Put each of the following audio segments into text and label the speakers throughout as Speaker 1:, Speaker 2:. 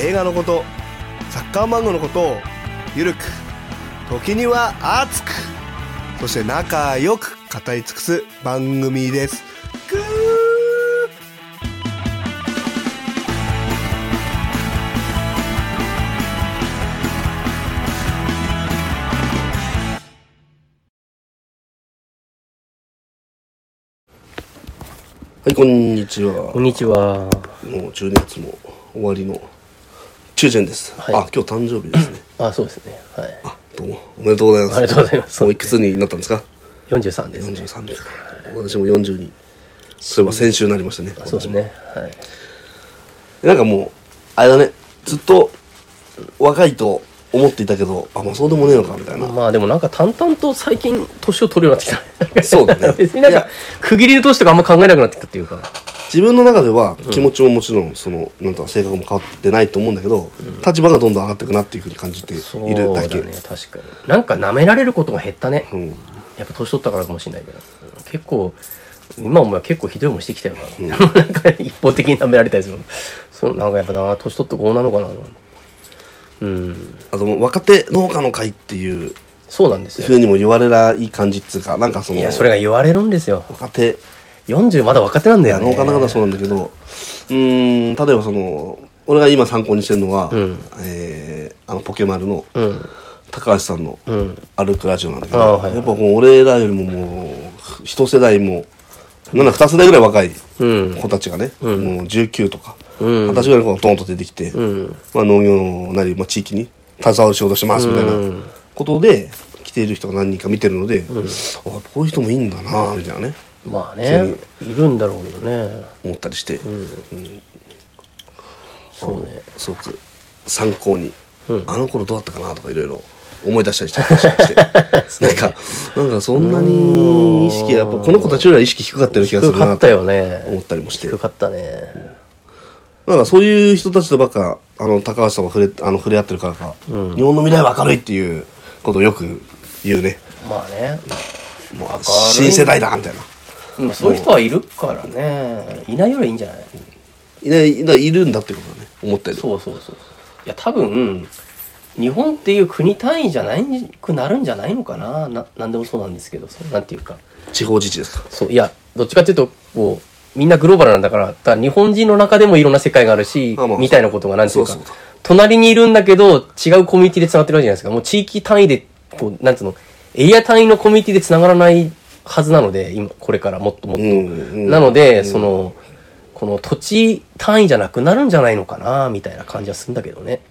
Speaker 1: 映画のことサッカー漫画のことをゆるく時には熱くそして仲良く語り尽くす番組ですぐー
Speaker 2: はい、こんにちは
Speaker 3: こ。んにちは。
Speaker 2: もう12月も終わりの中旬です。
Speaker 3: はい
Speaker 2: あ、今日誕生日ですね。
Speaker 3: あ、そうですね。はい。あ
Speaker 2: どうも、おめでとうございます。
Speaker 3: りがとうございます。
Speaker 2: もういくつになったんですか
Speaker 3: 四十三ですね。
Speaker 2: ?43 です。私も40に、そういえば先週になりましたね。
Speaker 3: そうですね。はい。
Speaker 2: なんかもう、あれだね、ずっと若いと思っていたけど、あ、まあそうでもねえのか、みたいな。
Speaker 3: まあでもなんか淡々と最近年を取るようになってきた。
Speaker 2: そう だね
Speaker 3: 別になん
Speaker 2: い
Speaker 3: か
Speaker 2: や
Speaker 3: 区切りの年とかあんま考えなくなってきたっていうか。
Speaker 2: 自分の中では気持ちももちろん、その、なんとか性格も変わってないと思うんだけど、立場がどんどん上がっていくなっていうふうに感じて
Speaker 3: そう
Speaker 2: いるだけ。
Speaker 3: ね。確かに。なんか舐められることが減ったね。
Speaker 2: うん
Speaker 3: やっぱ年取ったからかもしれないけど。結構、今お前結構ひどいもんしてきたよな。なんか一方的に舐められたりするの。そう、なんかやっぱな、年取ってこうなのかな。うん。
Speaker 2: あともう若手農家の会っていう
Speaker 3: そうなんです
Speaker 2: ふう
Speaker 3: よ。
Speaker 2: にも言われない感じっつうかなんかその
Speaker 3: いや、それが言われるんですよ。
Speaker 2: 若手
Speaker 3: 40まだ若手なんだよ
Speaker 2: や
Speaker 3: ね。
Speaker 2: 農家の方はそうなんだけどうーん例えばその俺が今参考にしてるのは、
Speaker 3: ん
Speaker 2: えーあのポケマルの
Speaker 3: うん。
Speaker 2: 高橋さんの
Speaker 3: うん。
Speaker 2: 歩くラジオなんだけど、
Speaker 3: あーはいはい
Speaker 2: やっぱもう俺らよりももう一世代もなんなら二世代ぐらい若い
Speaker 3: うん。
Speaker 2: 子たちがね、もう19とか
Speaker 3: うん
Speaker 2: 二十歳ぐらいの子がドンと出てきて、
Speaker 3: うん。
Speaker 2: まあ、農業なり、まあ、地域に携わる仕事してますみたいな
Speaker 3: うん
Speaker 2: ことで来ている人が何人か見てるので、あこういう人もいいんだなみたいなね
Speaker 3: まあね、いるんだろうけどね。
Speaker 2: 思ったりして、うん
Speaker 3: そうね。
Speaker 2: すごく参考に、
Speaker 3: うん
Speaker 2: あの頃どうだったかなとかいろいろ思い出したり してなんかなんかそんなに意識がやっぱこの子たちよりは意識低かったような気がす
Speaker 3: 低
Speaker 2: る
Speaker 3: か
Speaker 2: な
Speaker 3: った
Speaker 2: と
Speaker 3: よ
Speaker 2: 思っ
Speaker 3: ね。
Speaker 2: たりもして
Speaker 3: 低かったね。
Speaker 2: なんかそういう人たちとばっかあの高橋さんが触れあの触れ合ってるからか、日本の未来は明るいっていうことをよく言うね
Speaker 3: まあね。
Speaker 2: もう新世代だみたいな
Speaker 3: まあそういう人はいるからね。いないよりはいいんじゃない
Speaker 2: いないいないいるんだってことだね思ったより
Speaker 3: そうそうそう。いや、多分、日本っていう国単位じゃないくなるんじゃないのかな。な、なんでもそうなんですけど、そうなんていうか。
Speaker 2: 地方自治ですか
Speaker 3: そう、いや、どっちかっていうと、こう、みんなグローバルなんだから、だから日本人の中でもいろんな世界があるし、
Speaker 2: あまあ
Speaker 3: みたいなことがなんていうか、
Speaker 2: そうそうそう
Speaker 3: 隣にいるんだけど、違うコミュニティで繋がってるわけじゃないですか。もう地域単位で、こう、なんつうの、エリア単位のコミュニティで繋がらないはずなので、今、これからもっともっと。
Speaker 2: うん
Speaker 3: なので、その、この土地単位じゃなくなるんじゃないのかな、みたいな感じはするんだけどね。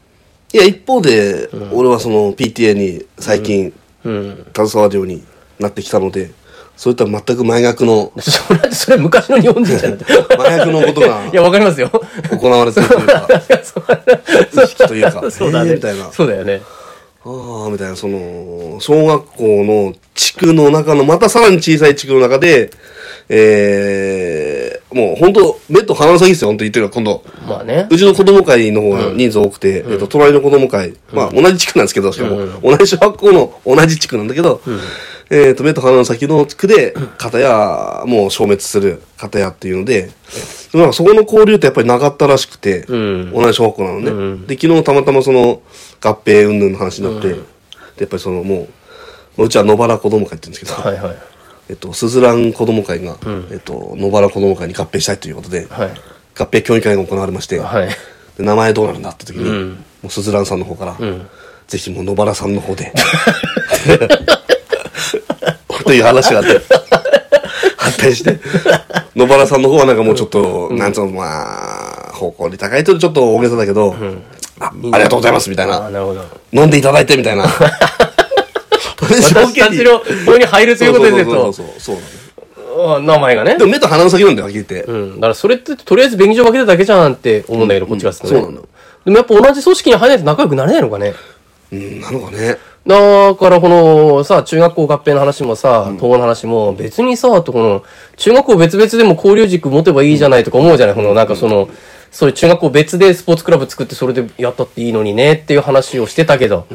Speaker 2: いや一方で、俺はその PTA に最近
Speaker 3: うん。
Speaker 2: 携わるようになってきたので、そういった全く真逆の
Speaker 3: それ、それ昔の日本人じゃなくて。
Speaker 2: 真逆のことが
Speaker 3: いや、わかりますよ。
Speaker 2: 行われてるという か意識というか
Speaker 3: そうだ
Speaker 2: えー
Speaker 3: ね
Speaker 2: みたいな。
Speaker 3: そうだよね。
Speaker 2: ああ、みたいな、その、小学校の地区の中の、またさらに小さい地区の中で、えー、もう本当目と鼻の先ですよ、本当言ってるから、今度。
Speaker 3: まあね
Speaker 2: う。ちの子供会の方が人数多くて、えっと、隣の子供会、まあ、同じ地区なんですけど、しかも、同じ小学校の同じ地区なんだけど、えっと、目と鼻の先の地区で、片や、もう消滅する片やっていうので、なんかそこの交流ってやっぱりなかったらしくて、
Speaker 3: うん
Speaker 2: 同じ小学校なのね。で、昨日たまたまその、合併云々の話になって、で、やっぱりその、もう、うちは野原子供会って言うんですけど、
Speaker 3: はいはい。
Speaker 2: えっと、すずらん子供会が、えっと、野原子供会に合併したいということで、
Speaker 3: はい。
Speaker 2: 合併協議会が行われまして、
Speaker 3: はい。
Speaker 2: で名前どうなるんだって時に、
Speaker 3: うん
Speaker 2: もうすずらんさんの方から、
Speaker 3: ん
Speaker 2: ぜひもう野原さんの方 で という話があって発展して野原さんの方はなんかもうちょっと、なんつうのまあ方向に高いというとちょっと大げさだけど、あありがとうございますみたい
Speaker 3: あ
Speaker 2: な
Speaker 3: なるほど。
Speaker 2: 飲んでいただいてみたいな
Speaker 3: 私たちのここに入るということです
Speaker 2: そうそう
Speaker 3: よ
Speaker 2: そうそうそうなの
Speaker 3: と。あ名前がね
Speaker 2: で。も目と鼻の先なんだよはっきり言って、
Speaker 3: うん。だからそれってとりあえず便宜上分けただけじゃんって思うんだけど、こっちがするとね
Speaker 2: そうなの
Speaker 3: でもやっぱ同じ組織に入らないと仲良くなれないのかね。
Speaker 2: うん、なのかね。
Speaker 3: だからこのさ、中学校合併の話もさ、統合の話も、別にさ、とこの、中学校別々でも交流軸持てばいいじゃないとか思うじゃない、このなんかその、そういう中学校別でスポーツクラブ作ってそれでやったっていいのにねっていう話をしてたけど、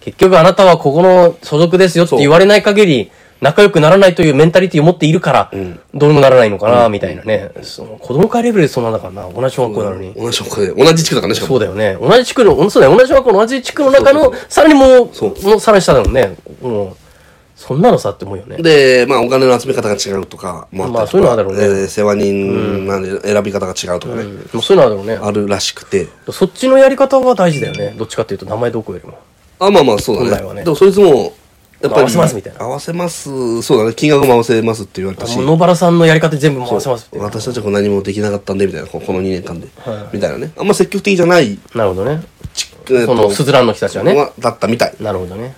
Speaker 3: 結局あなたはここの所属ですよって言われない限り、仲良くならないというメンタリティを持っているから、どうにもならないのかな、みたいなね。その子供会レベルでそんなんだからな、同じ小学校なのに。
Speaker 2: 同じ職で、同じ地区だからね、しか
Speaker 3: そ
Speaker 2: も。
Speaker 3: うだよね。同じ地区の、そうだよ、同じ小学校の同じ地区の中の、さらにもう、
Speaker 2: そう
Speaker 3: もうさらに下だもんね。もう、そんなのさって思うよね。
Speaker 2: で、まあ、お金の集め方が違うとか、もったりとか
Speaker 3: まあそういうのはあるだろうね
Speaker 2: えー世話人なんで選び方が違うとかね、
Speaker 3: もうそういうのあるだろうね。
Speaker 2: あるらしくて。
Speaker 3: そっちのやり方は大事だよね。どっちかっていうと、名前どこよりも。
Speaker 2: あ、まあまあ、そう
Speaker 3: 本
Speaker 2: だ
Speaker 3: 来
Speaker 2: ね。
Speaker 3: はね
Speaker 2: でも、そいつも、やっぱり、
Speaker 3: 合わせますみたいな
Speaker 2: 合わせます、そうだね。金額も合わせますって言われたし
Speaker 3: もう、野原さんのやり方全部回せますって。な
Speaker 2: 私たちは何もできなかったんで、みたいな、ここの2年間で、みたいなね。あんま積極的じゃない、
Speaker 3: るほどね。
Speaker 2: ちえー
Speaker 3: その、スズランの人たちはね。
Speaker 2: はだったみたい。
Speaker 3: なるほどね。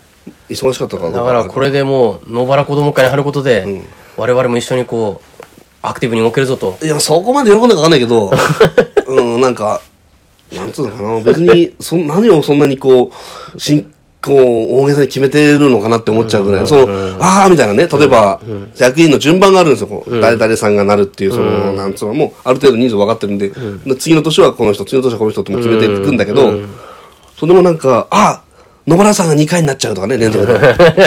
Speaker 2: 忙しかったから
Speaker 3: だからこれでもう、野原子供会に入ることで、我々も一緒にこう、アクティブに動けるぞと。
Speaker 2: いや、そこまで喜んだかわかんないけ ど、うん、なんか、なんつうのかな、別に、そん何をそんなにこう、進行を大げさに決めてるのかなって思っちゃうぐらい、その、ああ、みたいなね、例えば、役員の順番があるんですよ、こう誰々さんがなるっていう、その、なんつうの、もう、ある程度人数分かってるんで、で次の年はこの人、次の年はこの人ってもう決めていくんだけど、それもなんか、ああ、野村さんが2回になっちゃうとかね、連続で。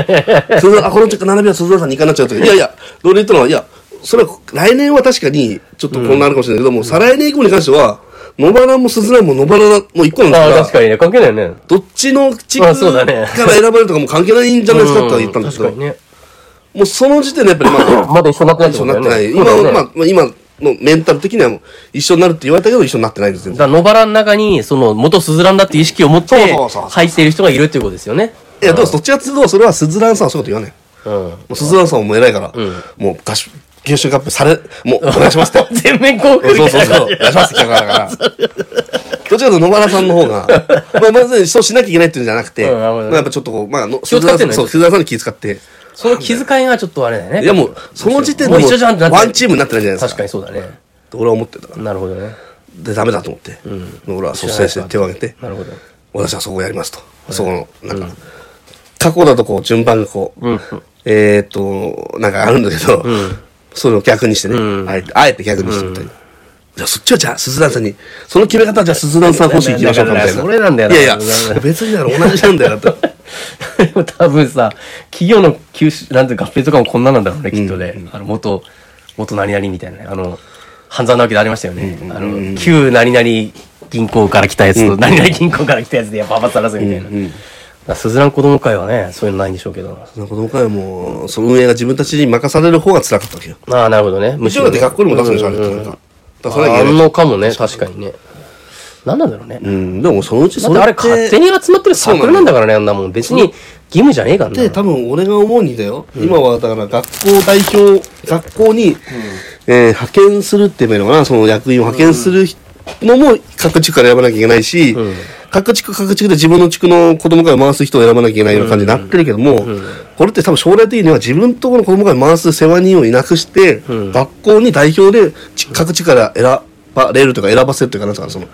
Speaker 2: 鈴田あこの並びは鈴田さんに行かなっちゃうとかいやいや、俺言ったのは、いや、それは来年は確かにちょっとこんなあるかもしれないけど、もう再来年以降に関しては、野原も鈴蘭も野原も一個なんです
Speaker 3: ああ、
Speaker 2: から、
Speaker 3: 確かにね。関係ないよね。
Speaker 2: どっちの地区
Speaker 3: ま
Speaker 2: か
Speaker 3: あ
Speaker 2: ら
Speaker 3: そうだ
Speaker 2: 選ば
Speaker 3: ね
Speaker 2: れるとかも関係ないんじゃないですかとは言ったんです
Speaker 3: 確
Speaker 2: け
Speaker 3: か
Speaker 2: ど、
Speaker 3: にね。
Speaker 2: もうその時点でやっぱりまあ、
Speaker 3: まだ一緒になってないって
Speaker 2: 一緒
Speaker 3: こ
Speaker 2: に
Speaker 3: と
Speaker 2: な
Speaker 3: だ
Speaker 2: ってない。
Speaker 3: よねそう
Speaker 2: 今
Speaker 3: だよ
Speaker 2: は、
Speaker 3: ね
Speaker 2: まあ、まあ今のメンタル的にはもう一緒になるって言われたけど、一緒になってないですよ。
Speaker 3: だから野原の中に、その、元スズランだって意識を持って
Speaker 2: そうそうそうそう
Speaker 3: 入っている人がいるっていうことですよね。
Speaker 2: いや、でもそっちやつどそれは鈴蘭さんはそういうこと言わない。
Speaker 3: うん。
Speaker 2: もう鈴蘭さんはもう偉いから、もう合宿、合宿合併され、もうお願いしますって。
Speaker 3: 全面降伏み
Speaker 2: そうそ
Speaker 3: た
Speaker 2: う
Speaker 3: い
Speaker 2: そう。お願い
Speaker 3: な感じ。
Speaker 2: しますって企画だから。どっちかというと野原さんの方 が、まあ、まずそうしなきゃいけないっていうんじゃなくて、
Speaker 3: うんなるほど
Speaker 2: ま
Speaker 3: ね
Speaker 2: あ、やっぱちょっとこう、まあ、の
Speaker 3: 気を使ってんのね
Speaker 2: そう、鈴田さんに気遣って。
Speaker 3: その気遣いがちょっとあれだよね。
Speaker 2: いやもう、その時点で
Speaker 3: もう一緒じゃんってなってる
Speaker 2: ワンチームになってないじゃないです
Speaker 3: 確
Speaker 2: か。
Speaker 3: かにそうだね。
Speaker 2: 俺は思ってたから。
Speaker 3: なるほどね。
Speaker 2: で、ダメだと思って。で俺は率先して手を挙げて、
Speaker 3: なるほど。
Speaker 2: 私はそこをやりますと。そこの、なんか、過去だとこう、順番がこう、
Speaker 3: うん。
Speaker 2: えーっと、なんかあるんだけど、それを逆にしてね、あえて、あえて逆にしてみたいな。じゃあそっちはじゃあ、鈴蘭さんに、その決め方はじゃあ鈴蘭さん方式行きましょうかみたいな。
Speaker 3: だからだからそれなんだよない
Speaker 2: やい
Speaker 3: だから
Speaker 2: や、別にだろ、同じなんだよなと。
Speaker 3: でも多分さ、企業の吸収、なんていうか合併とかもこんななんだろうね、きっとね。あの、元、元何々みたいなね。あの、半沢直樹でありましたよね。あの、旧何々銀行から来たやつと、何々銀行から来たやつで、やっぱ暴さらすみたいな。だからスズラン子供会はね、そういうのないんでしょうけど。
Speaker 2: その子供会はもう、その運営が自分たちに任される方が辛かったわけよ。
Speaker 3: ああ、なるほどね。む
Speaker 2: 後ろだって学校にも出すんでしょ、あれってなんか。だからそれは
Speaker 3: あ
Speaker 2: いけ
Speaker 3: ん
Speaker 2: ない。
Speaker 3: のかもね、確かにね。何なんだろうね。
Speaker 2: うん、でもそのうち
Speaker 3: だ
Speaker 2: そ
Speaker 3: って
Speaker 2: れ
Speaker 3: あれ勝手に集まってるサークルなんだからね、あんなもん。別に義務じゃねえから
Speaker 2: で、
Speaker 3: ね。
Speaker 2: 多分俺が思うにだよ。今はだから学校代表、学校に、えー派遣するって言えばいいのかな、その役員を派遣するのも各地区から選ばなきゃいけないし、各地区各地区で自分の地区の子供会を回す人を選ばなきゃいけないような感じになってるけども、これって多分将来的には自分のところの子供会を回す世話人をいなくして、学校に代表でち各地区から選ばれるとか選ばせるというか、なんつうかなその、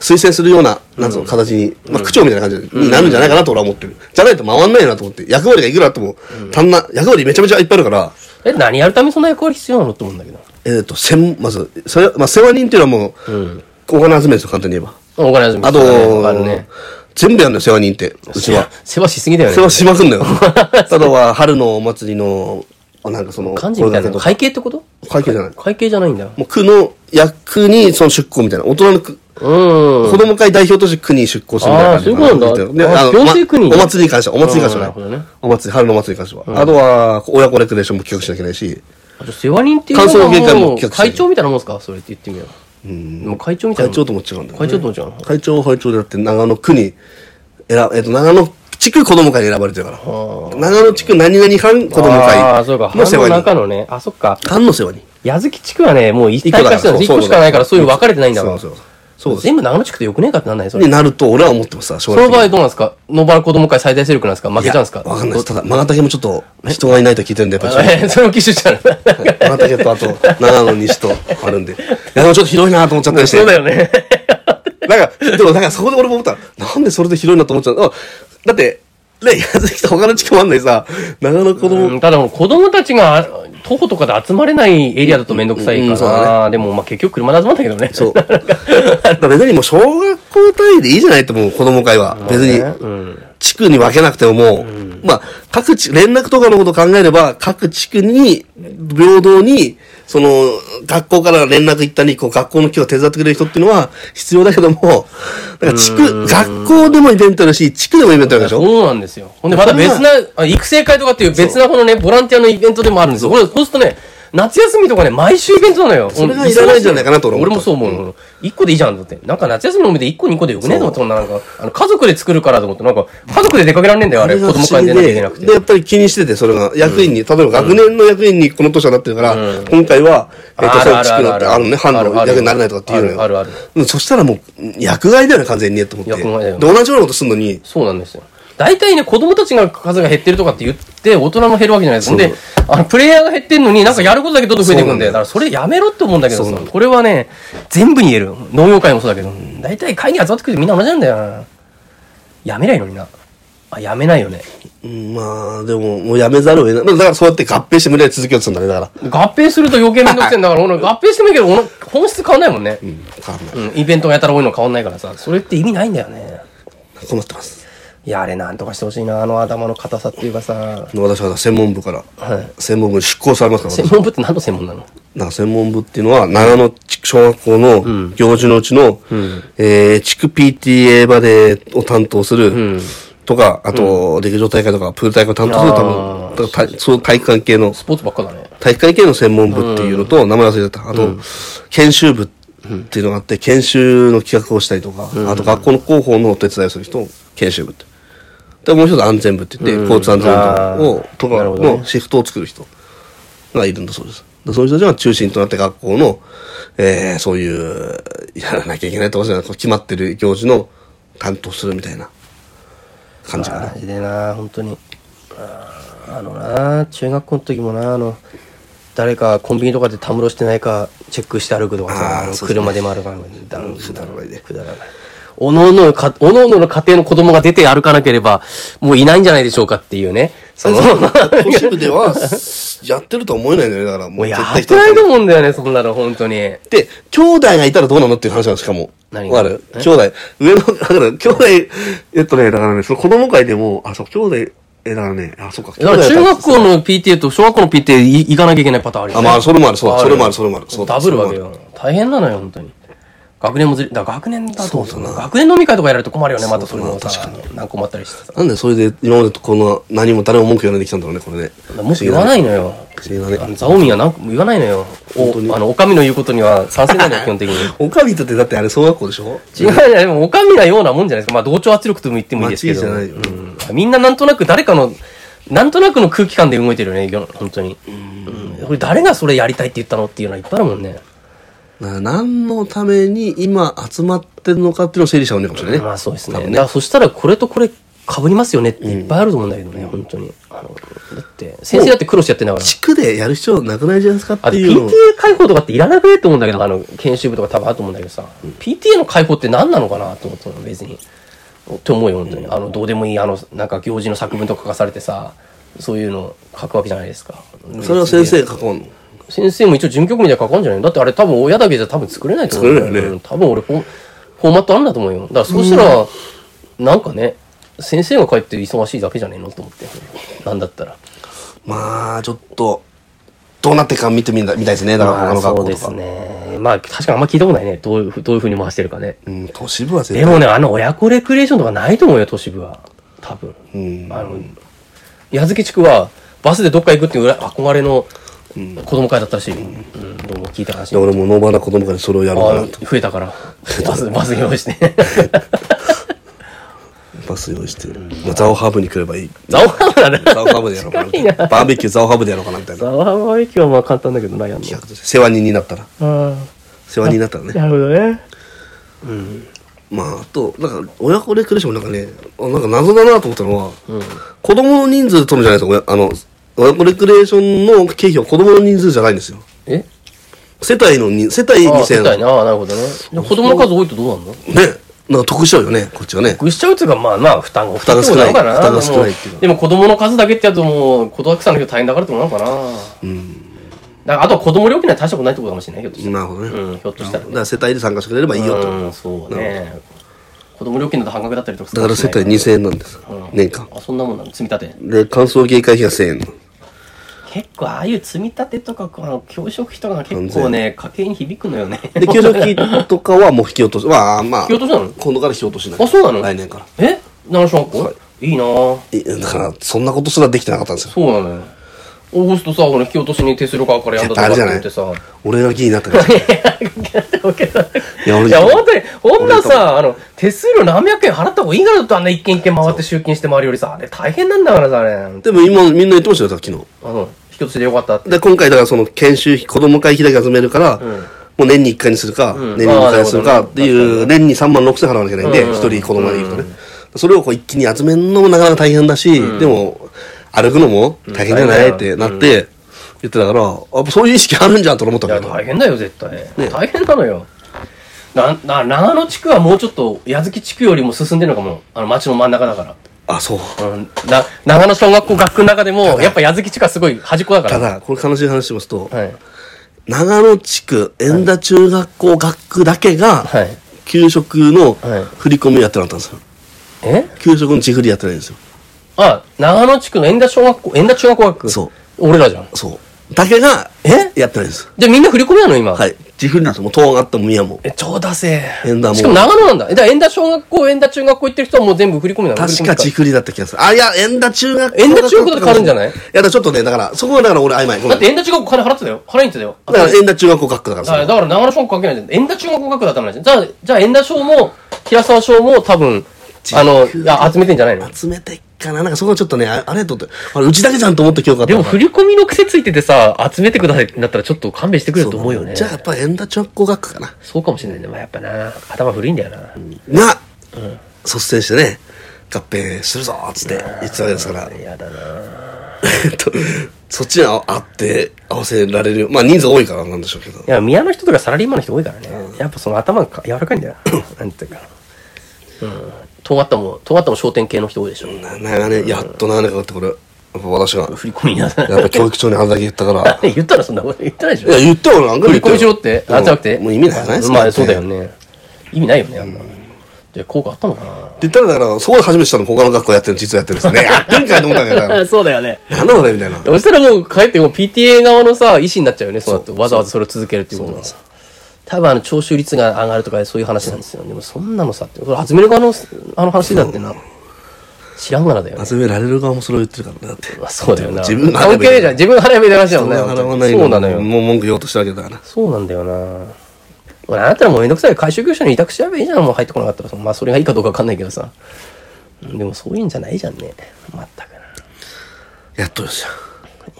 Speaker 2: 推薦するような、なんつうの、形に、まあ、区長みたいな感じになるんじゃないかなと俺は思ってる。じゃないと回んないなと思って、役割がいくらあっても、足んな、役割めちゃめちゃいっぱいあるから、
Speaker 3: え、何やるためにそんな役割必要なのって思うんだけど。
Speaker 2: えっ、と、専、まず、それまあ、世話人っていうのはもう、お金集めですよ、簡単に言えば。
Speaker 3: お金集め
Speaker 2: あと、
Speaker 3: あるね。
Speaker 2: 全部やるんだよ、世話人って、うちは。
Speaker 3: 世話しすぎだよね。
Speaker 2: 世話しまく んだよ。あとは、春のお祭りの、なんかその、
Speaker 3: 漢字みたいな
Speaker 2: これ
Speaker 3: の。
Speaker 2: だけ
Speaker 3: 会計ってこと
Speaker 2: と会計じゃない。
Speaker 3: 会計じゃないんだ。
Speaker 2: もう区の役にその出向みたいな、大人の区、
Speaker 3: うん。
Speaker 2: 子供会代表として区に出向するみたいな感じか
Speaker 3: あーそういうことなんだ
Speaker 2: で
Speaker 3: あ
Speaker 2: あの
Speaker 3: 行政区に
Speaker 2: まお祭りに関しては、お祭りに関しては
Speaker 3: あーなるほどね
Speaker 2: お祭り、春のお祭りに関しては。あとは、親子レクレーションも企画しなきゃいけないし、
Speaker 3: あと世話人っていうのは
Speaker 2: 感想の限界も企画し
Speaker 3: う
Speaker 2: てる
Speaker 3: 会長みたいなもんすかそれって言ってみよう。うん。もう会長みたい
Speaker 2: 会
Speaker 3: な。
Speaker 2: 長とも違うんだよね。
Speaker 3: 会長とも違うの
Speaker 2: 会長は会長であって、長野区に、選えっと、長野地区子供会に選ばれてるから。長野地区何々班子供
Speaker 3: ああ、そうか。
Speaker 2: 会の
Speaker 3: 班
Speaker 2: 世話
Speaker 3: の中
Speaker 2: 人。
Speaker 3: のね。あ、そっか。
Speaker 2: 班の世話人。
Speaker 3: 矢月地区はね、もう一体化してるの。
Speaker 2: 一
Speaker 3: 一
Speaker 2: 個だから
Speaker 3: 個しかないから、そういう分かれてないんだ
Speaker 2: そ
Speaker 3: も
Speaker 2: うんそうそう。そうです。
Speaker 3: 全部長野地区でよくねえかってなんないそれ
Speaker 2: に。なると俺は思ってますわ、将
Speaker 3: そ
Speaker 2: 来
Speaker 3: の
Speaker 2: 的に
Speaker 3: 場合どうなんですか野原子供会最大勢力なんですか負けちゃうんですか
Speaker 2: わかんないです。ただ、マガタケもちょっと人がいないと聞いてるんで、やっぱ り。
Speaker 3: えーそれも機種ちゃう。
Speaker 2: マガタケとあと、長野西とあるんで。いや、でもちょっと広いなと思っちゃったりして。
Speaker 3: そうだよね。
Speaker 2: なんか、でもなんかそこで俺も思った。なんでそれでひどいなと思っちゃうのあだって、ね、やずきと他の地区もあんないさ、長野子供、
Speaker 3: うんただもう子供たちが徒歩とかで集まれないエリアだとめんどくさい
Speaker 2: うんう
Speaker 3: か
Speaker 2: んそう
Speaker 3: ら、
Speaker 2: だ
Speaker 3: でもまあ結局車で集まったけどね。
Speaker 2: そう。だから別にもう小学校単位でいいじゃないってもう子供会は。別に、
Speaker 3: うん。
Speaker 2: 地区に分けなくてももう、まあ、各地、連絡とかのことを考えれば、各地区に、平等に、その、学校から連絡行ったり、こう、学校の今日手伝ってくれる人っていうのは必要だけども、なんか地区、学校でもイベントだし、地区でもイベントあるでしょ
Speaker 3: そうなんですよ。ほんでまた別な、あ育成会とかっていう別なこのね、ボランティアのイベントでもあるんですよ。これ、そうするとね、夏休みとかね、毎週イベントなのよ。
Speaker 2: それがいらないんじゃないかなと
Speaker 3: 俺
Speaker 2: 俺思
Speaker 3: も
Speaker 2: った
Speaker 3: そう思うの。一個でいいじゃんと思って。なんか夏休みの思い出一個二個でよくねと思って、そんななんか、あの家族で作るからと思って、なんか、家族で出かけらんねえんだよ、あれ。
Speaker 2: そが
Speaker 3: 子供
Speaker 2: 不思
Speaker 3: 会
Speaker 2: 議
Speaker 3: で出なきゃいけなくて。
Speaker 2: で、でやっぱり気にしてて、それが、役員に、例えば学年の役員にこの年はなってるから、今回は、えっと、
Speaker 3: あ
Speaker 2: そう
Speaker 3: る
Speaker 2: いう
Speaker 3: ある
Speaker 2: 地
Speaker 3: あ
Speaker 2: 区
Speaker 3: る
Speaker 2: だって、あるね、班の役になれないとかっていうのよ。
Speaker 3: あるあるある
Speaker 2: うんそしたらもう、役外だよね、完全にね、と思って。
Speaker 3: 役外だよ
Speaker 2: で、同じようなことすんのに、
Speaker 3: そうなんですよ。大体ね、子供たちが数が減ってるとかって言って、大人も減るわけじゃないです。で、あの、プレイヤーが減ってんのに、なんかやることだけどんどん増えていく
Speaker 2: そうなん
Speaker 3: んで、
Speaker 2: だ
Speaker 3: だ
Speaker 2: よ
Speaker 3: からそれやめろって思うんだけど
Speaker 2: そう
Speaker 3: さ
Speaker 2: なんだ、
Speaker 3: これはね、全部に言える。農業界もそうだけど、大体会に集まってくるとみんな同じなんだよな。やめないのにな。あ、やめないよね。
Speaker 2: うんまあ、でも、もうやめざるを得ない。まあだからそうやって合併して無理やり続けようとするんだね、だから。
Speaker 3: 合併すると余計めんどくせえん だから、俺合併してもいいけど、俺本質変わんないもんね
Speaker 2: う。ん、変わんない。
Speaker 3: うん、イベントがやたら多いの変わんないからさ、それって意味ないんだよね。
Speaker 2: 困ってます。
Speaker 3: いや、あれなんとかしてほしいな、あの頭の硬さっていうかさ。
Speaker 2: 私は専門部から、
Speaker 3: はい
Speaker 2: 専門部に出向されますから、私
Speaker 3: 専門部って何の専門なの
Speaker 2: なんか専門部っていうのは、長野地区小学校の行事のうちの、えー地区 PTA 場でを担当する、とか、あと、陸上大会とか、プール大会を担当する、多分、だから体そう体育関係の、
Speaker 3: スポーツばっかだね。
Speaker 2: 体育会系の専門部っていうのと、名前忘れちゃった。あと、研修部っていうのがあって、研修の企画をしたりとか、あと学校の広報のお手伝いをする人を研修部って。で、もう一つ安全部って言って、交通安全部を、と
Speaker 3: な
Speaker 2: か
Speaker 3: るほど
Speaker 2: のシフトを作る人がいるんだそうです。でそういう人たちが中心となって学校の、えー、そういう、やらなきゃいけないとかじゃなくて、決まってる行事の担当するみたいな感じかな
Speaker 3: マ。ジでな本当にあーあのな中学校の時もなあの誰かコンビニとかでたむろしてないかチェックして歩くとかさ
Speaker 2: あー
Speaker 3: あの
Speaker 2: そうですね
Speaker 3: 車で回るからだろ
Speaker 2: くだらないね
Speaker 3: くだらないおのおのかおのおのの家庭の子供が出て歩かなければもういないんじゃないでしょうかっていうねそ の
Speaker 2: 都市部では、やってるとは思えないんだよね。だから、も
Speaker 3: も
Speaker 2: う
Speaker 3: うや
Speaker 2: 絶対人が
Speaker 3: ってないと思うんだよねそんなの本当に
Speaker 2: で、兄弟がいたらどうなのっていう話なんですかも。
Speaker 3: 何が
Speaker 2: わかる兄弟。上の、だから、兄弟、えっとね、だからね、その子供会でも、あ、そう、兄弟、え、だからね、あ、そうか、
Speaker 3: だから中学校の PTA と小学校の PTA い行かなきゃいけないパターンあるよ
Speaker 2: あ、
Speaker 3: ね
Speaker 2: まあ、それもある、そうだ、
Speaker 3: ある
Speaker 2: それもある、それもある。そうだ
Speaker 3: ダブルわけ。よ。大変なのよ、本当に。学年もずれ、だから学年だと、
Speaker 2: そうだな
Speaker 3: 学年飲み会とかやられると困るよね、またそれも
Speaker 2: そう
Speaker 3: さ、なんか困ったりしてさ。
Speaker 2: なんでそれで、今までとこの、何も誰も文句言わないできたんだろうね、これね。
Speaker 3: もし言わないのよ。
Speaker 2: 不思議だ
Speaker 3: あ
Speaker 2: ね。
Speaker 3: のザオミンはなんかも言わないのよ。お、あの、おかみの言うことには賛成なのよ、基本的に。
Speaker 2: おかみとって、だってあれ、小学校でしょ
Speaker 3: 違うじゃない、でもおかみなようなもんじゃないですか。まあ、同調圧力とも言ってもいいですけど。
Speaker 2: 間違いじゃないよ
Speaker 3: うんみんななんとなく誰かの、なんとなくの空気感で動いてるよね、世の本当に。うんこれ誰がそれやりたいって言ったのっていうのはいっぱいあるもんね。
Speaker 2: だから何のために今集まってるのかっていうのを整理した方がいいかもしれないね。
Speaker 3: まあそうですね
Speaker 2: 多分
Speaker 3: だからそしたらこれとこれ被りますよねっていっぱいあると思うんだけどね、本当にあのだって先生だって苦労してやってんだから
Speaker 2: 地区でやる必要なくないじゃないですか
Speaker 3: あ
Speaker 2: っ
Speaker 3: と
Speaker 2: ていうの
Speaker 3: PTA 解放とかっていらなくねって思うんだけどあの研修部とか多分あると思うんだけどさ、PTA の解放って何なのかなと思ったの別にって思うよ本当に、あのどうでもいいあのなんか行事の作文とか書かされてさそういうの書くわけじゃないですか
Speaker 2: それは先生が関わるの。
Speaker 3: 先生も一応準局みたいに書かんじゃないのだってあれ多分親だけじゃ多分作れないと思う。
Speaker 2: 作れないよね
Speaker 3: うん多分俺フォフォーマットあるんだと思うよ。だからそうしたら、なんかね、先生が帰って忙しいだけじゃねえのと思って。なんだったら。
Speaker 2: まあ、ちょっと、どうなってか見てみたみたいですね。だから他の
Speaker 3: まあ
Speaker 2: 学
Speaker 3: そう
Speaker 2: 校
Speaker 3: で
Speaker 2: と
Speaker 3: す
Speaker 2: か。
Speaker 3: ね。まあ確かにあんま聞いたことないね。どういうふどういうふうに回してるかね。
Speaker 2: うん、都市部は絶
Speaker 3: で
Speaker 2: 対。
Speaker 3: もね、あの親子レクリエーションとかないと思うよ、都市部は。多分。
Speaker 2: うん
Speaker 3: あの、矢月地区はバスでどっか行くっていう憧れの子供会だったらしい。うん、どうも聞いた話
Speaker 2: で。俺もノーバーな子供からそれをやろうか
Speaker 3: あ
Speaker 2: なと。
Speaker 3: 増えたから。バス、バス用意 して。
Speaker 2: バス用意して。まあ、ザオハーブに来ればいい。
Speaker 3: ザオハムだね。
Speaker 2: ザオハーブでやろうかな。バーベキューザオハーブでやろうかなみたいな。
Speaker 3: ザオハムバーベキューはまあ簡単だけどな、やんの。
Speaker 2: 世話人になったら。
Speaker 3: あ
Speaker 2: 世話人になったらね。
Speaker 3: なるほどね。
Speaker 2: まあ、あと、なんか、親子レクレーションもなんかね、あなんか謎だなと思ったのは、子供の人数で取るじゃないですか。親あの、親子レクレーションの経費は子供の人数じゃないんですよ。
Speaker 3: え
Speaker 2: 世帯のに、世帯
Speaker 3: ああ、
Speaker 2: 2000。
Speaker 3: 世帯ね。ああ、なるほどね。で子供の数多いとどうなんの
Speaker 2: ね。なんか得しちゃうよね、こっちはね。
Speaker 3: ぐしちゃうっていうか、まあまあ、負担が、負
Speaker 2: 担が少ない
Speaker 3: ってことのか
Speaker 2: 負担が少ないっていうか
Speaker 3: でもでも子供の数だけってやるともう、子供たくさんの人大変だからってことなのかな。うん。だからあとは子供料金には大したことないってことかもしれない、ひょっとした
Speaker 2: なるほどね。
Speaker 3: ら。うん、ひょっとしたら
Speaker 2: だ
Speaker 3: ね。
Speaker 2: から世帯で参加してくれればいいよと。
Speaker 3: うん、そうね。子供料金だと半額だったりとかす
Speaker 2: だ
Speaker 3: る
Speaker 2: から世
Speaker 3: もしれ
Speaker 2: 帯
Speaker 3: ない
Speaker 2: 2000円なんです。年間。
Speaker 3: あ、そんなもんなの積み立て。
Speaker 2: で、乾燥芸会費が1000円。
Speaker 3: 結構、ああいう積み立てとか、あの、教職費とかが結構ね、家計に響くのよね。
Speaker 2: で、給料金とかはもう引き落とし、まあまあ、
Speaker 3: 引き落としなの
Speaker 2: 今度から引き落としない。
Speaker 3: あ、そうなの
Speaker 2: 来年から。
Speaker 3: え奈良小学校、い、いなぁ。
Speaker 2: いだから、そんなことすらできてなかったんですよ。
Speaker 3: そうなのよ。オーストさ、この引き落としに手数料買うからやんだとかって言ってさ。
Speaker 2: 俺が気になったから。いや、俺
Speaker 3: いや、本当に、こんなさ、あの、手数料何百円払った方がいいからだとあんな一軒一軒回って集金して回るよりさ、あれ大変なんだからさ、あれ。あ
Speaker 2: でも今、みんな言ってましたよ、昨日。
Speaker 3: の、引き落としでよかったって。
Speaker 2: で、今回だからその研修費、子供会費だけ集めるから、もう年に1回にするか、
Speaker 3: ん
Speaker 2: 年に2回にする
Speaker 3: あ
Speaker 2: か
Speaker 3: ー
Speaker 2: っていう、年に3万6千払わなきゃいけないんで、
Speaker 3: うん
Speaker 2: 一、人子供で行くとね。それをこう一気に集めるのもなかなか大変だし、でも、歩くのも大変じゃない、
Speaker 3: うん
Speaker 2: ってなって、言ってたから、あ、そういう意識あるんじゃんと俺思った
Speaker 3: い
Speaker 2: け
Speaker 3: や、
Speaker 2: ど。
Speaker 3: 大変だよ、絶対。大変なのよ。な、な、長野地区はもうちょっと、矢月地区よりも進んでるのかも。あの、町の真ん中だから。
Speaker 2: あ、そう。
Speaker 3: うん、な長野小学校学区の中でも、やっぱ矢月地区はすごい端っこだか
Speaker 2: た
Speaker 3: ら。
Speaker 2: だ、これ悲しい話しますと、
Speaker 3: はい。
Speaker 2: 長野地区、円田中学校学区だけが、
Speaker 3: はい。
Speaker 2: 給食の
Speaker 3: はい
Speaker 2: 振り込みをやってなかったんですよ。
Speaker 3: え
Speaker 2: 給食の地振りやってないんですよ。
Speaker 3: あ、長野地区の円田小学校、円田中学校学区。
Speaker 2: そう。
Speaker 3: 俺らじゃん。
Speaker 2: そう。だけが、
Speaker 3: え
Speaker 2: やってないんです。
Speaker 3: じゃあみんな振り込みなの今。
Speaker 2: はい。自負なんですよ。もう、東があったも宮も。
Speaker 3: え、超だせえ。
Speaker 2: 円田も
Speaker 3: しかも長野なんだ。え、だから円田小学校、円田中学校行ってる人はもう全部振り込みなの
Speaker 2: 確か自
Speaker 3: 地区。
Speaker 2: 負りだった気がする。あ、いや、円田中学校。
Speaker 3: 円田中学校だと変わるんじゃない
Speaker 2: いや、だからちょっとね、だから、そこはだから俺曖昧。ごめ
Speaker 3: だっ
Speaker 2: ん
Speaker 3: て円田中学校金払ってたよ。払いに行ってたよ。
Speaker 2: だから、円田中学校学区だから
Speaker 3: だから
Speaker 2: さ。
Speaker 3: だから長野小学校関係ないじゃん。円田中学校学区だったらダメなんじゃん。じゃあ、じゃあ円田小も、平沢小も多分、あの、いや、集めてんじゃないの
Speaker 2: 集めてっかな。なんかそこはちょっとね、ああれと思って、あれ、うちだけじゃんと思った記憶があった
Speaker 3: で
Speaker 2: か
Speaker 3: も
Speaker 2: ら。
Speaker 3: 振り込みの癖ついててさ、集めてくださいってなったらちょっと勘弁してくれ
Speaker 2: そ
Speaker 3: る
Speaker 2: う
Speaker 3: と思うよね。
Speaker 2: じゃあ、やっぱ円田中学校学区かな。
Speaker 3: そうかもしれないね。まあやっぱな、頭古いんだよな。
Speaker 2: が、率先してね、合併するぞーっつって言ってたわけですから。
Speaker 3: 嫌だな。
Speaker 2: えっと、そっちにあ合って、合わせられる。まあ、人数多いからなんでしょうけど
Speaker 3: い。や、宮の人とかサラリーマンの人多いからね。やっぱその頭がか柔らかいん だよ。なんていうか。うん。尖ったも、尖ったも商店系の人多いでしょ。
Speaker 2: ななんかね、やっとな、なんかってこれ、やっぱ私が。
Speaker 3: 振り込みなさい。
Speaker 2: やっぱ教育長にあんだけ言ったから。
Speaker 3: 言ったらそんなこと言ってないでし
Speaker 2: い
Speaker 3: ょ
Speaker 2: や、。言ったよ、なんか
Speaker 3: 振
Speaker 2: 言
Speaker 3: り
Speaker 2: った
Speaker 3: 込
Speaker 2: よ
Speaker 3: みしろって、あ、じゃなくて。
Speaker 2: うんもう意味ないじゃないですか。
Speaker 3: まあそうだよ
Speaker 2: って
Speaker 3: ね。意味ないよね、あんな。じゃあ効果あったのかな
Speaker 2: 言ったら、だから、そこで初めてしたの、他の学校やってる、実はやってるん ですね。やってんかいと思ったんだけど。。
Speaker 3: そうだよね。
Speaker 2: なんだこれみたいな。
Speaker 3: そしたらもう帰ってもう PTA 側のさ、意思になっちゃうよね、そうなって。わざわざそれを続けるっていうことは。多分あの、徴収率が上がるとかそういう話なんですよ。でもそんなのさって、これ集める側の、あの話だってな。知らんがらだよね。
Speaker 2: 集められる側もそれを言ってるからね、だって。
Speaker 3: まあそうだよな。
Speaker 2: 自分が払えばいい
Speaker 3: 関係ないじゃん。自分が払えばいい話だもんね。
Speaker 2: 払わない
Speaker 3: そうなのよ。
Speaker 2: もう文句言おうとしたわけだから。
Speaker 3: そうなんだよな。ほらあなたらもうめんどくさいから回収業者に委託しちゃえばいいじゃん。もう入ってこなかったらさ。まあそれがいいかどうかわかんないけどさ。でもそういうんじゃないじゃんね。まったくな。
Speaker 2: やっとです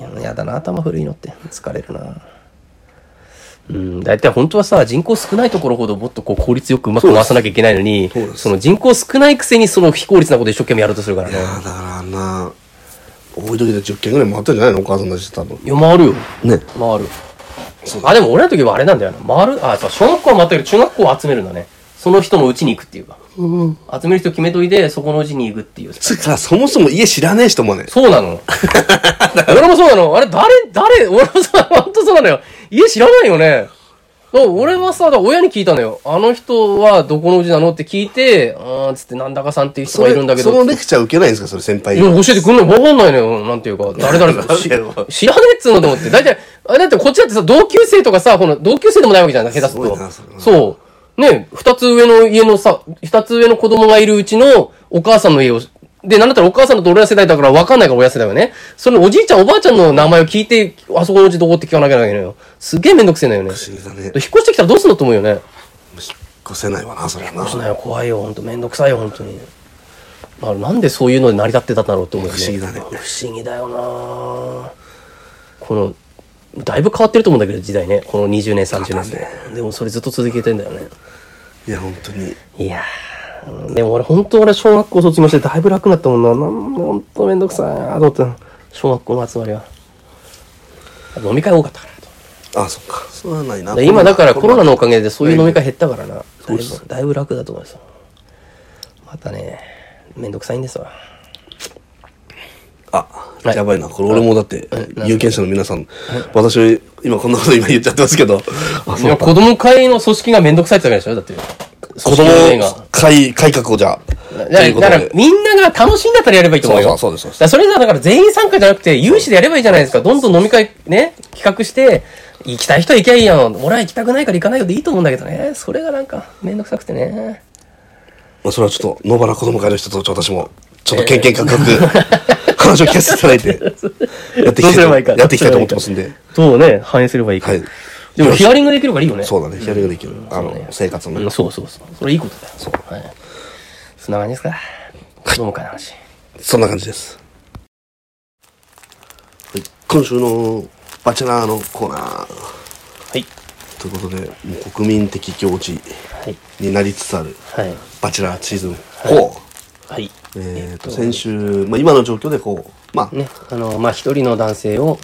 Speaker 2: よ。
Speaker 3: いややだな頭古いのって疲れるなうん大体本当はさ人口少ないところほどもっとこう効率よくうまく回さなきゃいけないのに
Speaker 2: そうで
Speaker 3: そ
Speaker 2: す
Speaker 3: の人口少ないくせにその非効率なこと一生懸命やろうとするからね
Speaker 2: いやだからあんな、多い時で10件ぐらい回ったんじゃないのお母さんたち多分。
Speaker 3: いや回るよ
Speaker 2: ね。
Speaker 3: 回るあでも俺の時はあれなんだよな回るあそう小学校は回ったけど中学校は集めるんだねその人のうちに行くっていうか、集める人決めといてそこのうちに行くっていう
Speaker 2: つうか、そもそも家知らねえ人もね。
Speaker 3: そうなの俺もそうなのあれ誰誰俺もそう本当そうなのよ家知らないよねだ俺はさだから親に聞いたのよあの人はどこのうちなのって聞いてあーつってなんだかさんっていう人
Speaker 2: そ
Speaker 3: がい
Speaker 2: れ
Speaker 3: るんだけ
Speaker 2: そ
Speaker 3: ど
Speaker 2: のレクチャー受けないんですかそれ先輩
Speaker 3: いや教えてくんの分かんないのよなんていうか誰々かし
Speaker 2: なんだよ
Speaker 3: 知らねえっつうのと思って大体あれだってこっちだってさ同級生とかさこの同級生でもないわけじゃない下手す
Speaker 2: すご
Speaker 3: る
Speaker 2: いなそれ
Speaker 3: とそうね二つ上の家のさ二つ上の子供がいるうちのお母さんの家をで、なんだったらお母さんだと俺ら世代だから分かんないから親世代はね。そのおじいちゃんおばあちゃんの名前を聞いて、あそこのうちどこって聞かなきゃいけないのよ。すげえめんどくせえのよね。
Speaker 2: 死
Speaker 3: 引っ
Speaker 2: んだね。
Speaker 3: 越してきたらどうすんのと思うよね。
Speaker 2: 越せないわな、それはな。
Speaker 3: し
Speaker 2: 不
Speaker 3: ないよ、怖いよ、ほんと。めんどくさいよ、ほんとに。あなんでそういうのに成り立ってたんだろうと思うよね。
Speaker 2: 不思議だね
Speaker 3: 不思議だよなぁこの、だいぶ変わってると思うんだけど、時代ね。この20年、30年で。でもそれずっと続けてんだよね。
Speaker 2: いや、本当に。
Speaker 3: いやーでも俺、本当俺、小学校卒業してだいぶ楽になったもんな。なんほんとめんどくさいなと思ってた。小学校の集まりは。飲み会多かったからと。
Speaker 2: あ、そっか。それはないな。
Speaker 3: で今だからコロ
Speaker 2: の。
Speaker 3: ナのおかげでそういう飲み会減ったからな。だい
Speaker 2: そう
Speaker 3: ぶ
Speaker 2: です
Speaker 3: だいぶ楽だと思いますよ。またね、めんどくさいんですわ。
Speaker 2: あ、
Speaker 3: はい
Speaker 2: やばいな。これ俺もだって
Speaker 3: は、い
Speaker 2: 有権者の皆さん、私、今こんなこと今言っちゃってますけど、あ
Speaker 3: いや子供会の組織がめんどくさいってわけでしょだって。
Speaker 2: 子
Speaker 3: 子
Speaker 2: 供
Speaker 3: が。
Speaker 2: 改改革をじゃあ。
Speaker 3: だからだからみんなが楽しいんだったらやればいいと思うよ。
Speaker 2: そうそうそうですそうです
Speaker 3: だからそれがだから全員参加じゃなくて、有志でやればいいじゃないですか。どんどん飲み会ね、企画して、行きたい人は行きゃいいやん。俺は行きたくないから行かないよでいいと思うんだけどね。それがなんか、めんどくさくてね。
Speaker 2: まあ、それはちょっと、野原子供会の人と私も、ちょっとけんけんかんかく、 話を聞かせていただいて、やっていきたいとやっていきたいと思ってますんで。。
Speaker 3: どうね、反映すればいいか。
Speaker 2: はい。
Speaker 3: でもヒアリングできればいいよね。
Speaker 2: そうだね。やるができる。あの、生活の
Speaker 3: う
Speaker 2: ね
Speaker 3: ん。そうそうそう。それいいことだよ。そう。はい。そんな感じですか。子供会の話。
Speaker 2: そんな感じです。はい今週のバチェラーのコーナー
Speaker 3: はい。
Speaker 2: ということで、もう国民的行事
Speaker 3: はい。
Speaker 2: になりつつある
Speaker 3: はい。
Speaker 2: バチェラーシーズン4。
Speaker 3: はい。
Speaker 2: えっと、先週、まあ今の状況でこう、まあ、
Speaker 3: ね、あの、まあ、一人の男性を、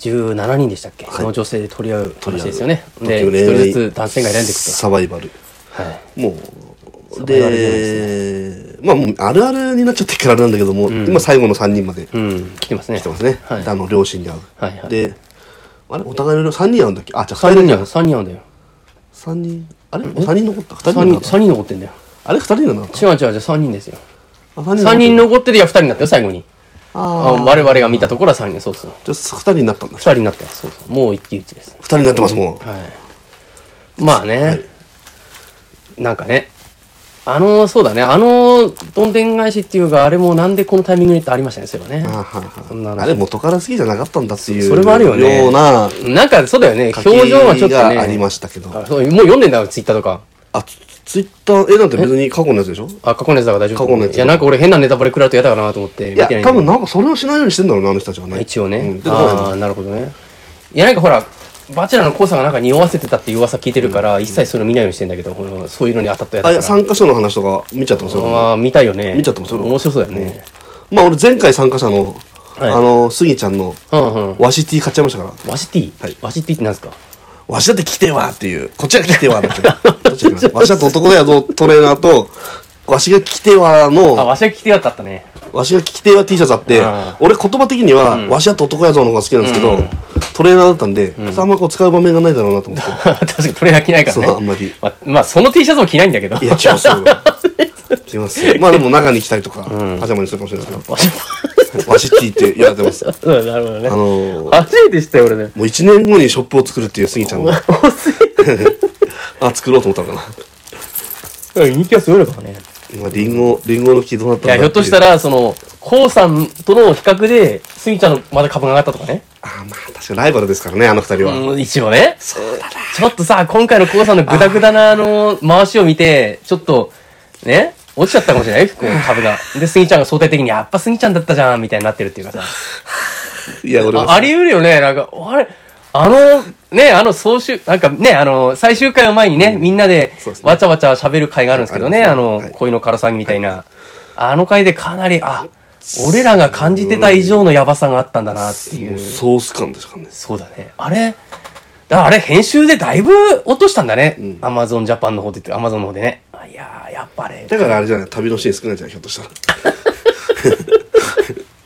Speaker 3: 17人でしたっけ、その女性で取り合う話ですよね。で、一人ずつ男性が選んでいくと。
Speaker 2: サバイバル。
Speaker 3: はい。
Speaker 2: も、
Speaker 3: そうう我々
Speaker 2: で、まあもうあるあるになっちゃってからなんだけども、今最後の3人まで
Speaker 3: うん、来てますね。
Speaker 2: 来てますね。
Speaker 3: はい。
Speaker 2: あの、両親に会う。
Speaker 3: はいはい
Speaker 2: で、あれお互いの3人会うんだっけあ、じゃあ
Speaker 3: 3
Speaker 2: 2
Speaker 3: 人
Speaker 2: 人
Speaker 3: な
Speaker 2: だ
Speaker 3: の、3人なんだよ。
Speaker 2: 3人、あれ ?3 人残った ?2 人
Speaker 3: 3人、
Speaker 2: 残った
Speaker 3: 三人残ってんだよ。
Speaker 2: あれ ?2 人だな。
Speaker 3: 違う違う違う、3人ですよ。
Speaker 2: あ3
Speaker 3: 3人残ってるや2人になったよ、最後に。あ
Speaker 2: ああ。
Speaker 3: 我々が見たところは3人、そうそう。
Speaker 2: じゃあ2人になったんだ。
Speaker 3: 2
Speaker 2: 2
Speaker 3: 人になったよ、そうそう。もう一騎打ちです。
Speaker 2: 人になってますもん。
Speaker 3: はい。まあね、なんかね、あの、そうだね、あの、どんでん返しっていうか、あれもなんでこのタイミングにってありましたね、そういえばね
Speaker 2: あ。はい
Speaker 3: そんな
Speaker 2: はい。
Speaker 3: 話
Speaker 2: あれ元から好きじゃなかったんだっていう。
Speaker 3: それもあるよね
Speaker 2: ような、
Speaker 3: なんかそうだよね、表情はちょっとね。
Speaker 2: がありましたけど。
Speaker 3: あそうもう読んでんだよ、ツイッターとか。
Speaker 2: あ、ツツイッター、え、なんて別に過去のやつでしょ
Speaker 3: あ、過去のやつだから大丈夫。
Speaker 2: 過去のやつ
Speaker 3: いや、なんか俺変なネタバレ食らうと嫌だかなと思って見
Speaker 2: いや
Speaker 3: てないんだけ、ど
Speaker 2: 多分なんかそれをしないようにしてんだろうな、あの人たちはね。
Speaker 3: 一応ね。
Speaker 2: うんで
Speaker 3: ああ、なるほどね。いや、なんかほら、バチェラーのコウさんがなんか匂わせてたっていう噂聞いてるから、一切それ見ないようにしてんだけど、このそういうのに当たったやつ
Speaker 2: あ、
Speaker 3: だ
Speaker 2: い
Speaker 3: か
Speaker 2: や、
Speaker 3: ら。
Speaker 2: 参加者の話とか見ちゃってますよ。
Speaker 3: ああ、見たいよね。
Speaker 2: 見ちゃってますよ
Speaker 3: 面白そうだよね。
Speaker 2: まあ俺前回参加者の、
Speaker 3: はい
Speaker 2: あの、スギちゃんの
Speaker 3: うんうん。
Speaker 2: ワシティ買っちゃいましたから。
Speaker 3: ワシティ、
Speaker 2: はい
Speaker 3: ワシティってなんですか
Speaker 2: わしだって来てわっていう。こっちが来てわ だって。どっちが来てわわしだって男だよ、どトレーナーと、わしが来てわ
Speaker 3: あ、
Speaker 2: の、
Speaker 3: ワシは着てよかったね。
Speaker 2: わしが来てわ T シャツあって
Speaker 3: あ、
Speaker 2: 俺言葉的には、わしだって男やぞの方が好きなんですけど、トレーナーだったんで、あんまこう使う場面がないだろうなと思って。
Speaker 3: 確かにトレーナー着ないからね。
Speaker 2: そうあんまり
Speaker 3: まあ、まあ、その T シャツも着ないんだけど。
Speaker 2: いや、 違いますよ。違います。まあでも中に来たりとか、パジャマにするかもしれないです
Speaker 3: ワシ
Speaker 2: けど、わしって言ってやってます。 あ
Speaker 3: うんなるほどね。
Speaker 2: のー、
Speaker 3: 初めて知ったよ、俺ね。
Speaker 2: もう1年後にショップを作るっていうスギちゃんが、 あ、作ろうと思ったのかな。
Speaker 3: 人気はすごいのかもね。
Speaker 2: 今、リンゴ、リンゴの木どうなった
Speaker 3: い
Speaker 2: んだ
Speaker 3: や、ひょっとした
Speaker 2: ら。
Speaker 3: ら、その、コウさんとの比較で、スギちゃんのまだ株が上がったとかね。
Speaker 2: あ、まあ確かにライバルですからね、あの二人は。
Speaker 3: うん、一応ね。ちょっとさ、今回のコウさんのグダグダな、あの、回しを見て、ちょっと、ね、落ちちゃったかもしれないこう株が。で、スギちゃんが相対的に、やっぱスギちゃんだったじゃん、みたいになってるっていうかさ。
Speaker 2: いや、俺は
Speaker 3: ああり得るよね。なんか、あれ、あの、ね、あの総集、なんかね、あの、最終回を前にね、みんなで
Speaker 2: そうです、ね
Speaker 3: わちゃわちゃ喋る回があるんですけどね、
Speaker 2: あ
Speaker 3: あ
Speaker 2: りますね
Speaker 3: の
Speaker 2: はい、
Speaker 3: 恋のから騒ぎみたいな。あの回でかなり、あ、俺らが感じてた以上のヤバさがあったんだなっていう。
Speaker 2: ソース感ですからね。
Speaker 3: そうだね。あれ、だあれ編集でだいぶ落としたんだね。アマゾンジャパンの方でって、アマゾンの方でね。あいやー、やっぱね。
Speaker 2: だからあれじゃない、旅のシーン少ないんじゃない、ひょっとしたら。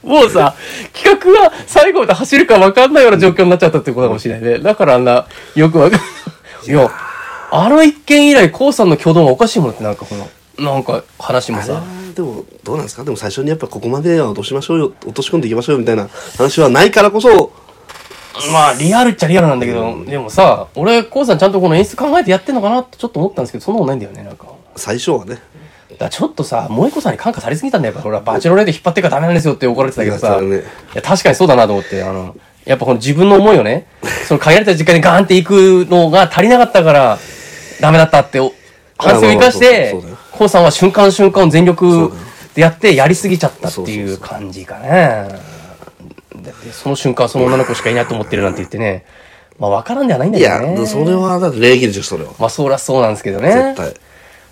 Speaker 3: もうさ、企画が最後まで走るか分かんないような状況になっちゃったってことかもしれないね。だからあんな、よく分かんない。いや、あの一件以来、コウさんの挙動がおかしいものってなんかこの、なんか話もさ。
Speaker 2: あーでも、どうなんですかでも最初にやっぱここまでは落としましょうよ、落とし込んでいきましょうよみたいな話はないからこそ、
Speaker 3: まあ、リアルっちゃリアルなんだけど、でもさ、俺、コウさんちゃんとこの演出考えてやってんのかなってちょっと思ったんですけど、そんなことないんだよね、なんか。
Speaker 2: 最初はね。
Speaker 3: だからちょっとさ、萌子さんに感化されすぎたんだよ。やっぱほら、バチェロレッド引っ張ってからダメなんですよって怒られてたけ
Speaker 2: い
Speaker 3: ど
Speaker 2: や
Speaker 3: さ、
Speaker 2: そうだね
Speaker 3: いや確かにそうだなと思って、あの、やっぱこの自分の思いをね、その限られた時間にガーンっていくのが足りなかったから、ダメだったってお、反省を生かし
Speaker 2: あ
Speaker 3: て
Speaker 2: まあまあそうそうそうだよ、
Speaker 3: コウさんは瞬間瞬間を全力でやって、やりすぎちゃったっていう感じかね。だってその瞬間、その女の子しかいないと思ってるなんて言ってね、まあ分からんではないんだ
Speaker 2: い
Speaker 3: け
Speaker 2: や
Speaker 3: どね。、
Speaker 2: それは、だって礼儀でしょ、それは。
Speaker 3: まあそらそうなんですけど
Speaker 2: 絶
Speaker 3: ね。
Speaker 2: 対。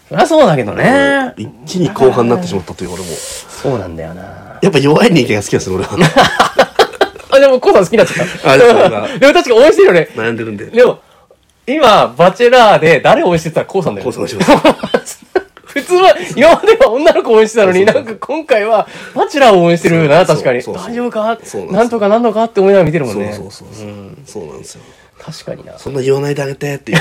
Speaker 3: そりゃそうだけどね。
Speaker 2: 一気に後半になってしまったという、俺も。
Speaker 3: そうなんだよな。
Speaker 2: やっぱ弱い人間が好きなんですよ、俺は。
Speaker 3: あ、でもコウさん好きになっちゃっ た。
Speaker 2: ありがとうございます
Speaker 3: でも確か応援してるよね。
Speaker 2: 悩んでるんで。
Speaker 3: でも、今、バチェラーで誰応援してたらコウさんだよ
Speaker 2: コ
Speaker 3: ね。
Speaker 2: ウさん応援してま
Speaker 3: 普通は、今までは女の子応援してたのに、
Speaker 2: そう
Speaker 3: なんか今回は、バチェラーを応援してるな、
Speaker 2: そう
Speaker 3: 確かに。
Speaker 2: そうそう
Speaker 3: 大丈夫か
Speaker 2: そうなんですよ
Speaker 3: なんとかなんとかって思いながら見てるもんね。
Speaker 2: そうそうそう。そうなんですよ。
Speaker 3: 確かにな。
Speaker 2: そんな言わないであげて っていう。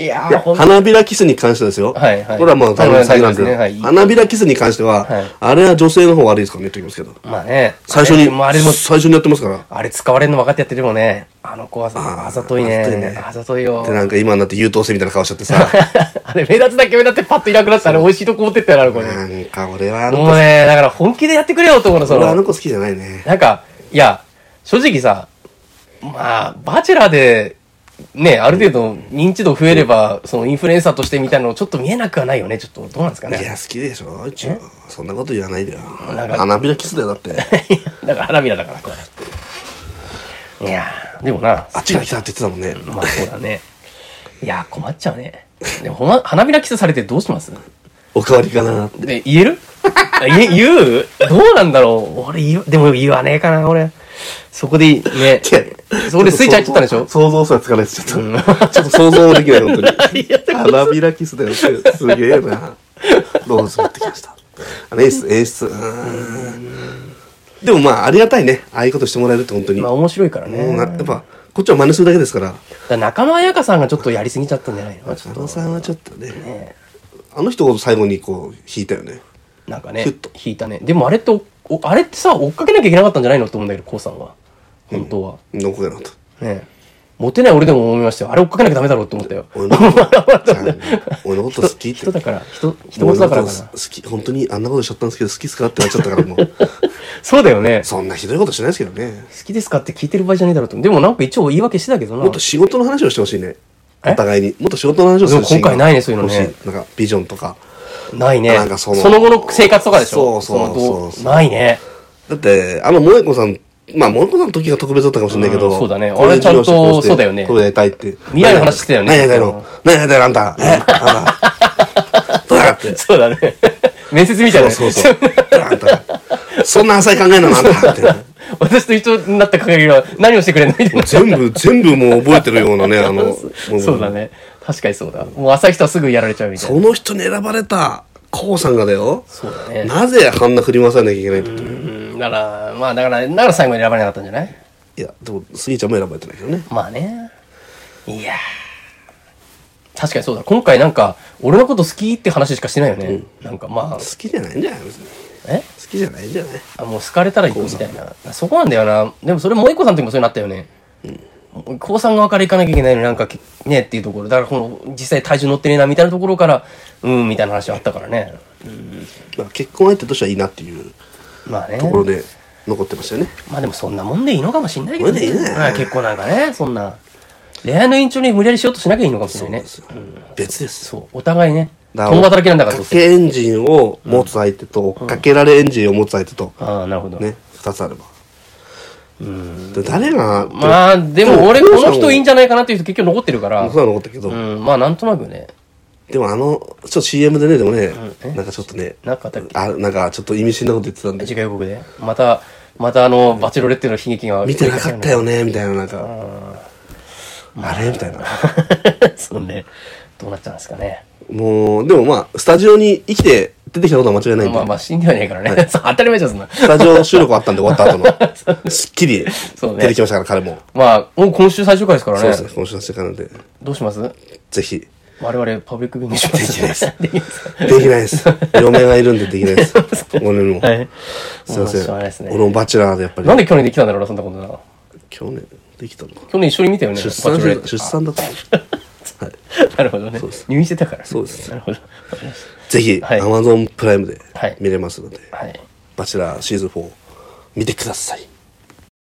Speaker 3: いやー、ほんと
Speaker 2: 花びらキスに関してですよ。
Speaker 3: はいはい
Speaker 2: これはまあ、
Speaker 3: はい
Speaker 2: 大
Speaker 3: はい
Speaker 2: 変先なんで
Speaker 3: はいはい
Speaker 2: 花びらキスに関しては、
Speaker 3: はい
Speaker 2: あれは女性の方悪いですからね、言っときますけど。
Speaker 3: まあね。
Speaker 2: 最初に、
Speaker 3: あれもあれも
Speaker 2: 最初にやってますから。
Speaker 3: あれ使われるの分かってやってるもんね。あの子はさ、
Speaker 2: ー
Speaker 3: あざといね。
Speaker 2: あざといね
Speaker 3: あざといよ
Speaker 2: で、。なんか今になって優等生みたいな顔しちゃってさ。
Speaker 3: あれ、目立つだけ目立ってパッといなくなってたら、美味しいとこ持ってったよな、あの子に。
Speaker 2: なんか俺はあの
Speaker 3: もう
Speaker 2: 子、
Speaker 3: ね、だから本気でやってくれよと思うの、そ
Speaker 2: 俺はあの
Speaker 3: の。
Speaker 2: 子好きじゃないね。
Speaker 3: なんか、いや、正直さ、まあ、バチェラーで、ね、ある程度認知度増えれば、そのインフルエンサーとしてみたいなのちょっと見えなくはないよね。ちょっとどうなんですか
Speaker 2: い
Speaker 3: ね。
Speaker 2: や、好きでしょ一応そんなこと言わないでよ。
Speaker 3: なんか
Speaker 2: 花びらキスだよ、だって。
Speaker 3: だから花びらだから、こういやー、でもな、
Speaker 2: あっちが来たって言ってたもんね。
Speaker 3: まあそうだね。いや、困っちゃうね。でも、ほま、花びらキスされてどうします
Speaker 2: おかわりかな。
Speaker 3: で言えるあ言え言うどうなんだろう俺言う、でも言わねえかな、俺。そこで、ね。 そこでスイッチ入っちゃったんでし ょ
Speaker 2: 想像すら疲れてちゃった。ちょっと想像もできない、本当に。 花びらキスだよって、すげえな。ローズ持ってきました。あれ、演出、演出。うーんでもまあ、ありがたいね。ああいうことしてもらえるって本当に。
Speaker 3: まあ
Speaker 2: も
Speaker 3: 面白いから
Speaker 2: う
Speaker 3: ね。
Speaker 2: な、や
Speaker 3: だ
Speaker 2: っぱ、こっちは真似するだけですから。
Speaker 3: から仲間彩香さんがちょっとやりすぎちゃったんじゃないのちょ
Speaker 2: 佐
Speaker 3: っと。
Speaker 2: 野さんはちょっとね、
Speaker 3: ね
Speaker 2: あの人を最後にこう、弾いたよね。
Speaker 3: なんかね
Speaker 2: ふっと、
Speaker 3: 引いたね。でもあれってお、おあれってさ、追っかけなきゃいけなかったんじゃないのと思うんだけど、こうさんは。本当は。
Speaker 2: 残りなかった。
Speaker 3: ねモテない俺でも思いましたよ。あれ追っかけなきゃダメだろうって思ったよ。
Speaker 2: 俺のこと、ちゃん俺のこと好きって
Speaker 3: 人。だから、人、人事だからか
Speaker 2: 俺の
Speaker 3: な
Speaker 2: こと。好き、本当にあんなことしちゃったんですけど、好きですかってなっちゃったから、もう。
Speaker 3: そうだよ ね。
Speaker 2: そんなひどいことしないですけどね。
Speaker 3: 好きですかって聞いてる場合じゃねえだろうと。でもなんか一応言い訳してたけどな。
Speaker 2: もっと仕事の話をしてほしいね。
Speaker 3: え
Speaker 2: お互いに。もっと仕事の話をす
Speaker 3: でも
Speaker 2: る
Speaker 3: 今回ないねそういうのね
Speaker 2: 欲しなんか、ビジョンとか。
Speaker 3: ないね。
Speaker 2: なんか
Speaker 3: そ
Speaker 2: そ
Speaker 3: の
Speaker 2: の
Speaker 3: 後の生活とかでしょ
Speaker 2: そうそう
Speaker 3: のど
Speaker 2: そうそう
Speaker 3: ないね。
Speaker 2: だって、あの、萌子さん、まあ、萌子さんの時が特別だったかもしれないけど。
Speaker 3: うんそうだね
Speaker 2: こい事業者
Speaker 3: 俺ちゃんと
Speaker 2: して
Speaker 3: そうだよね
Speaker 2: こうやりたいって。
Speaker 3: 未来の話してたよね
Speaker 2: 何やりたいの何やりたいのあん た。えあんた。どうやって。
Speaker 3: そうだね。 面接みたい
Speaker 2: そ
Speaker 3: な
Speaker 2: う
Speaker 3: ね。
Speaker 2: そうそう。あんた。そんな浅い考えなのあんたって。
Speaker 3: 私と一緒になった限りは何をしてくれるのみたいな。
Speaker 2: 全部、全部もう覚えてるようなね、あの、
Speaker 3: そうだね。確かにそうだ。もう浅い人はすぐやられちゃうみたいな。
Speaker 2: その人に選ばれた、こうさんがだよ。
Speaker 3: そうだね。
Speaker 2: なぜあんな振り回さなきゃいけないの
Speaker 3: うん。だから、まあだから、だから最後に選ばれなかったんじゃない
Speaker 2: いや、でも、スギちゃんも選ばれてないけどね。
Speaker 3: まあね。いやー確かにそうだ。今回なんか、俺のこと好きって話しかしてないよね。なんかまあ
Speaker 2: 好、きじゃないんじゃない別に。
Speaker 3: え
Speaker 2: 好きじゃないんじゃない
Speaker 3: あもう好かれたら行くみたいなそこなんだよなでもそれもう一個さんの時もそうなったよね高三側から行かなきゃいけないのになんかけねっていうところだからこの実際体重乗ってねえなみたいなところからうんみたいな話はあったからね
Speaker 2: まあ、結婚相手としてはいいなっていう
Speaker 3: まあね
Speaker 2: ところで残ってましたよね。
Speaker 3: まあでもそんなもんでいいのかもしんないけど
Speaker 2: それでいいね
Speaker 3: はい結構なんかねそんな恋愛の延長に無理やりしようとしなきゃいいのかもしれないね
Speaker 2: そうなんですよ別です。
Speaker 3: そうお互いね
Speaker 2: だから
Speaker 3: 共働きなんだから
Speaker 2: 追っ
Speaker 3: どう
Speaker 2: か
Speaker 3: せ
Speaker 2: けエンジンを持つ相手と、追っかけられエンジンを持つ相手と、
Speaker 3: ああなるほど
Speaker 2: ね、二つあれば。で誰が、
Speaker 3: まあでも俺こ
Speaker 2: も
Speaker 3: の人いいんじゃないかなっていう人結局残ってるから
Speaker 2: そうなの残ったけど、
Speaker 3: うんまあなんとなくね
Speaker 2: でもあの、ちょっと CM でね、でもね、なんかちょっとね、
Speaker 3: なんかあったっけ
Speaker 2: あなんかちょっと意味深なこと言ってたんで、
Speaker 3: 次回予告でまたまたあのバチェロレッテの悲劇が
Speaker 2: 見てなかったよね、みたいな、なんか、あれみたいな。
Speaker 3: そうねどうなっちゃうんですかね
Speaker 2: もう、でもまあ、スタジオに生きて出てきたことは間違いないんで、
Speaker 3: まあまあ死んではねえからね、そう 当たり前じゃんそんな
Speaker 2: スタジオ収録あったんで終わった 後の、すっきり
Speaker 3: そうね
Speaker 2: 出てきましたから、彼も。
Speaker 3: まあもう今週最終回ですから
Speaker 2: そう
Speaker 3: ね
Speaker 2: ですね、今週の世界なんで、
Speaker 3: どうします
Speaker 2: ぜひ。
Speaker 3: 我々パブリックビューイングします
Speaker 2: できないです
Speaker 3: できないですか
Speaker 2: できないです。 嫁がいるんでできないです。俺も。
Speaker 3: はい
Speaker 2: すいま
Speaker 3: もうしょうがないで
Speaker 2: せ
Speaker 3: す
Speaker 2: ん。
Speaker 3: ね
Speaker 2: 俺もバチェラーでやっぱり
Speaker 3: な、んで去年できたんだろうなそんなことな
Speaker 2: 去年できたのか。
Speaker 3: 去年一緒に見たよね
Speaker 2: 出
Speaker 3: バ
Speaker 2: 産
Speaker 3: チェロレ
Speaker 2: し
Speaker 3: ッテ
Speaker 2: 出産だった。はい。
Speaker 3: なるほどね入院してたから
Speaker 2: そうです
Speaker 3: なるほどわかりまし
Speaker 2: ぜひ、
Speaker 3: はい
Speaker 2: Amazon プライムで
Speaker 3: はい
Speaker 2: 見れますので、
Speaker 3: たはい
Speaker 2: バチェラーシーズン4見てください。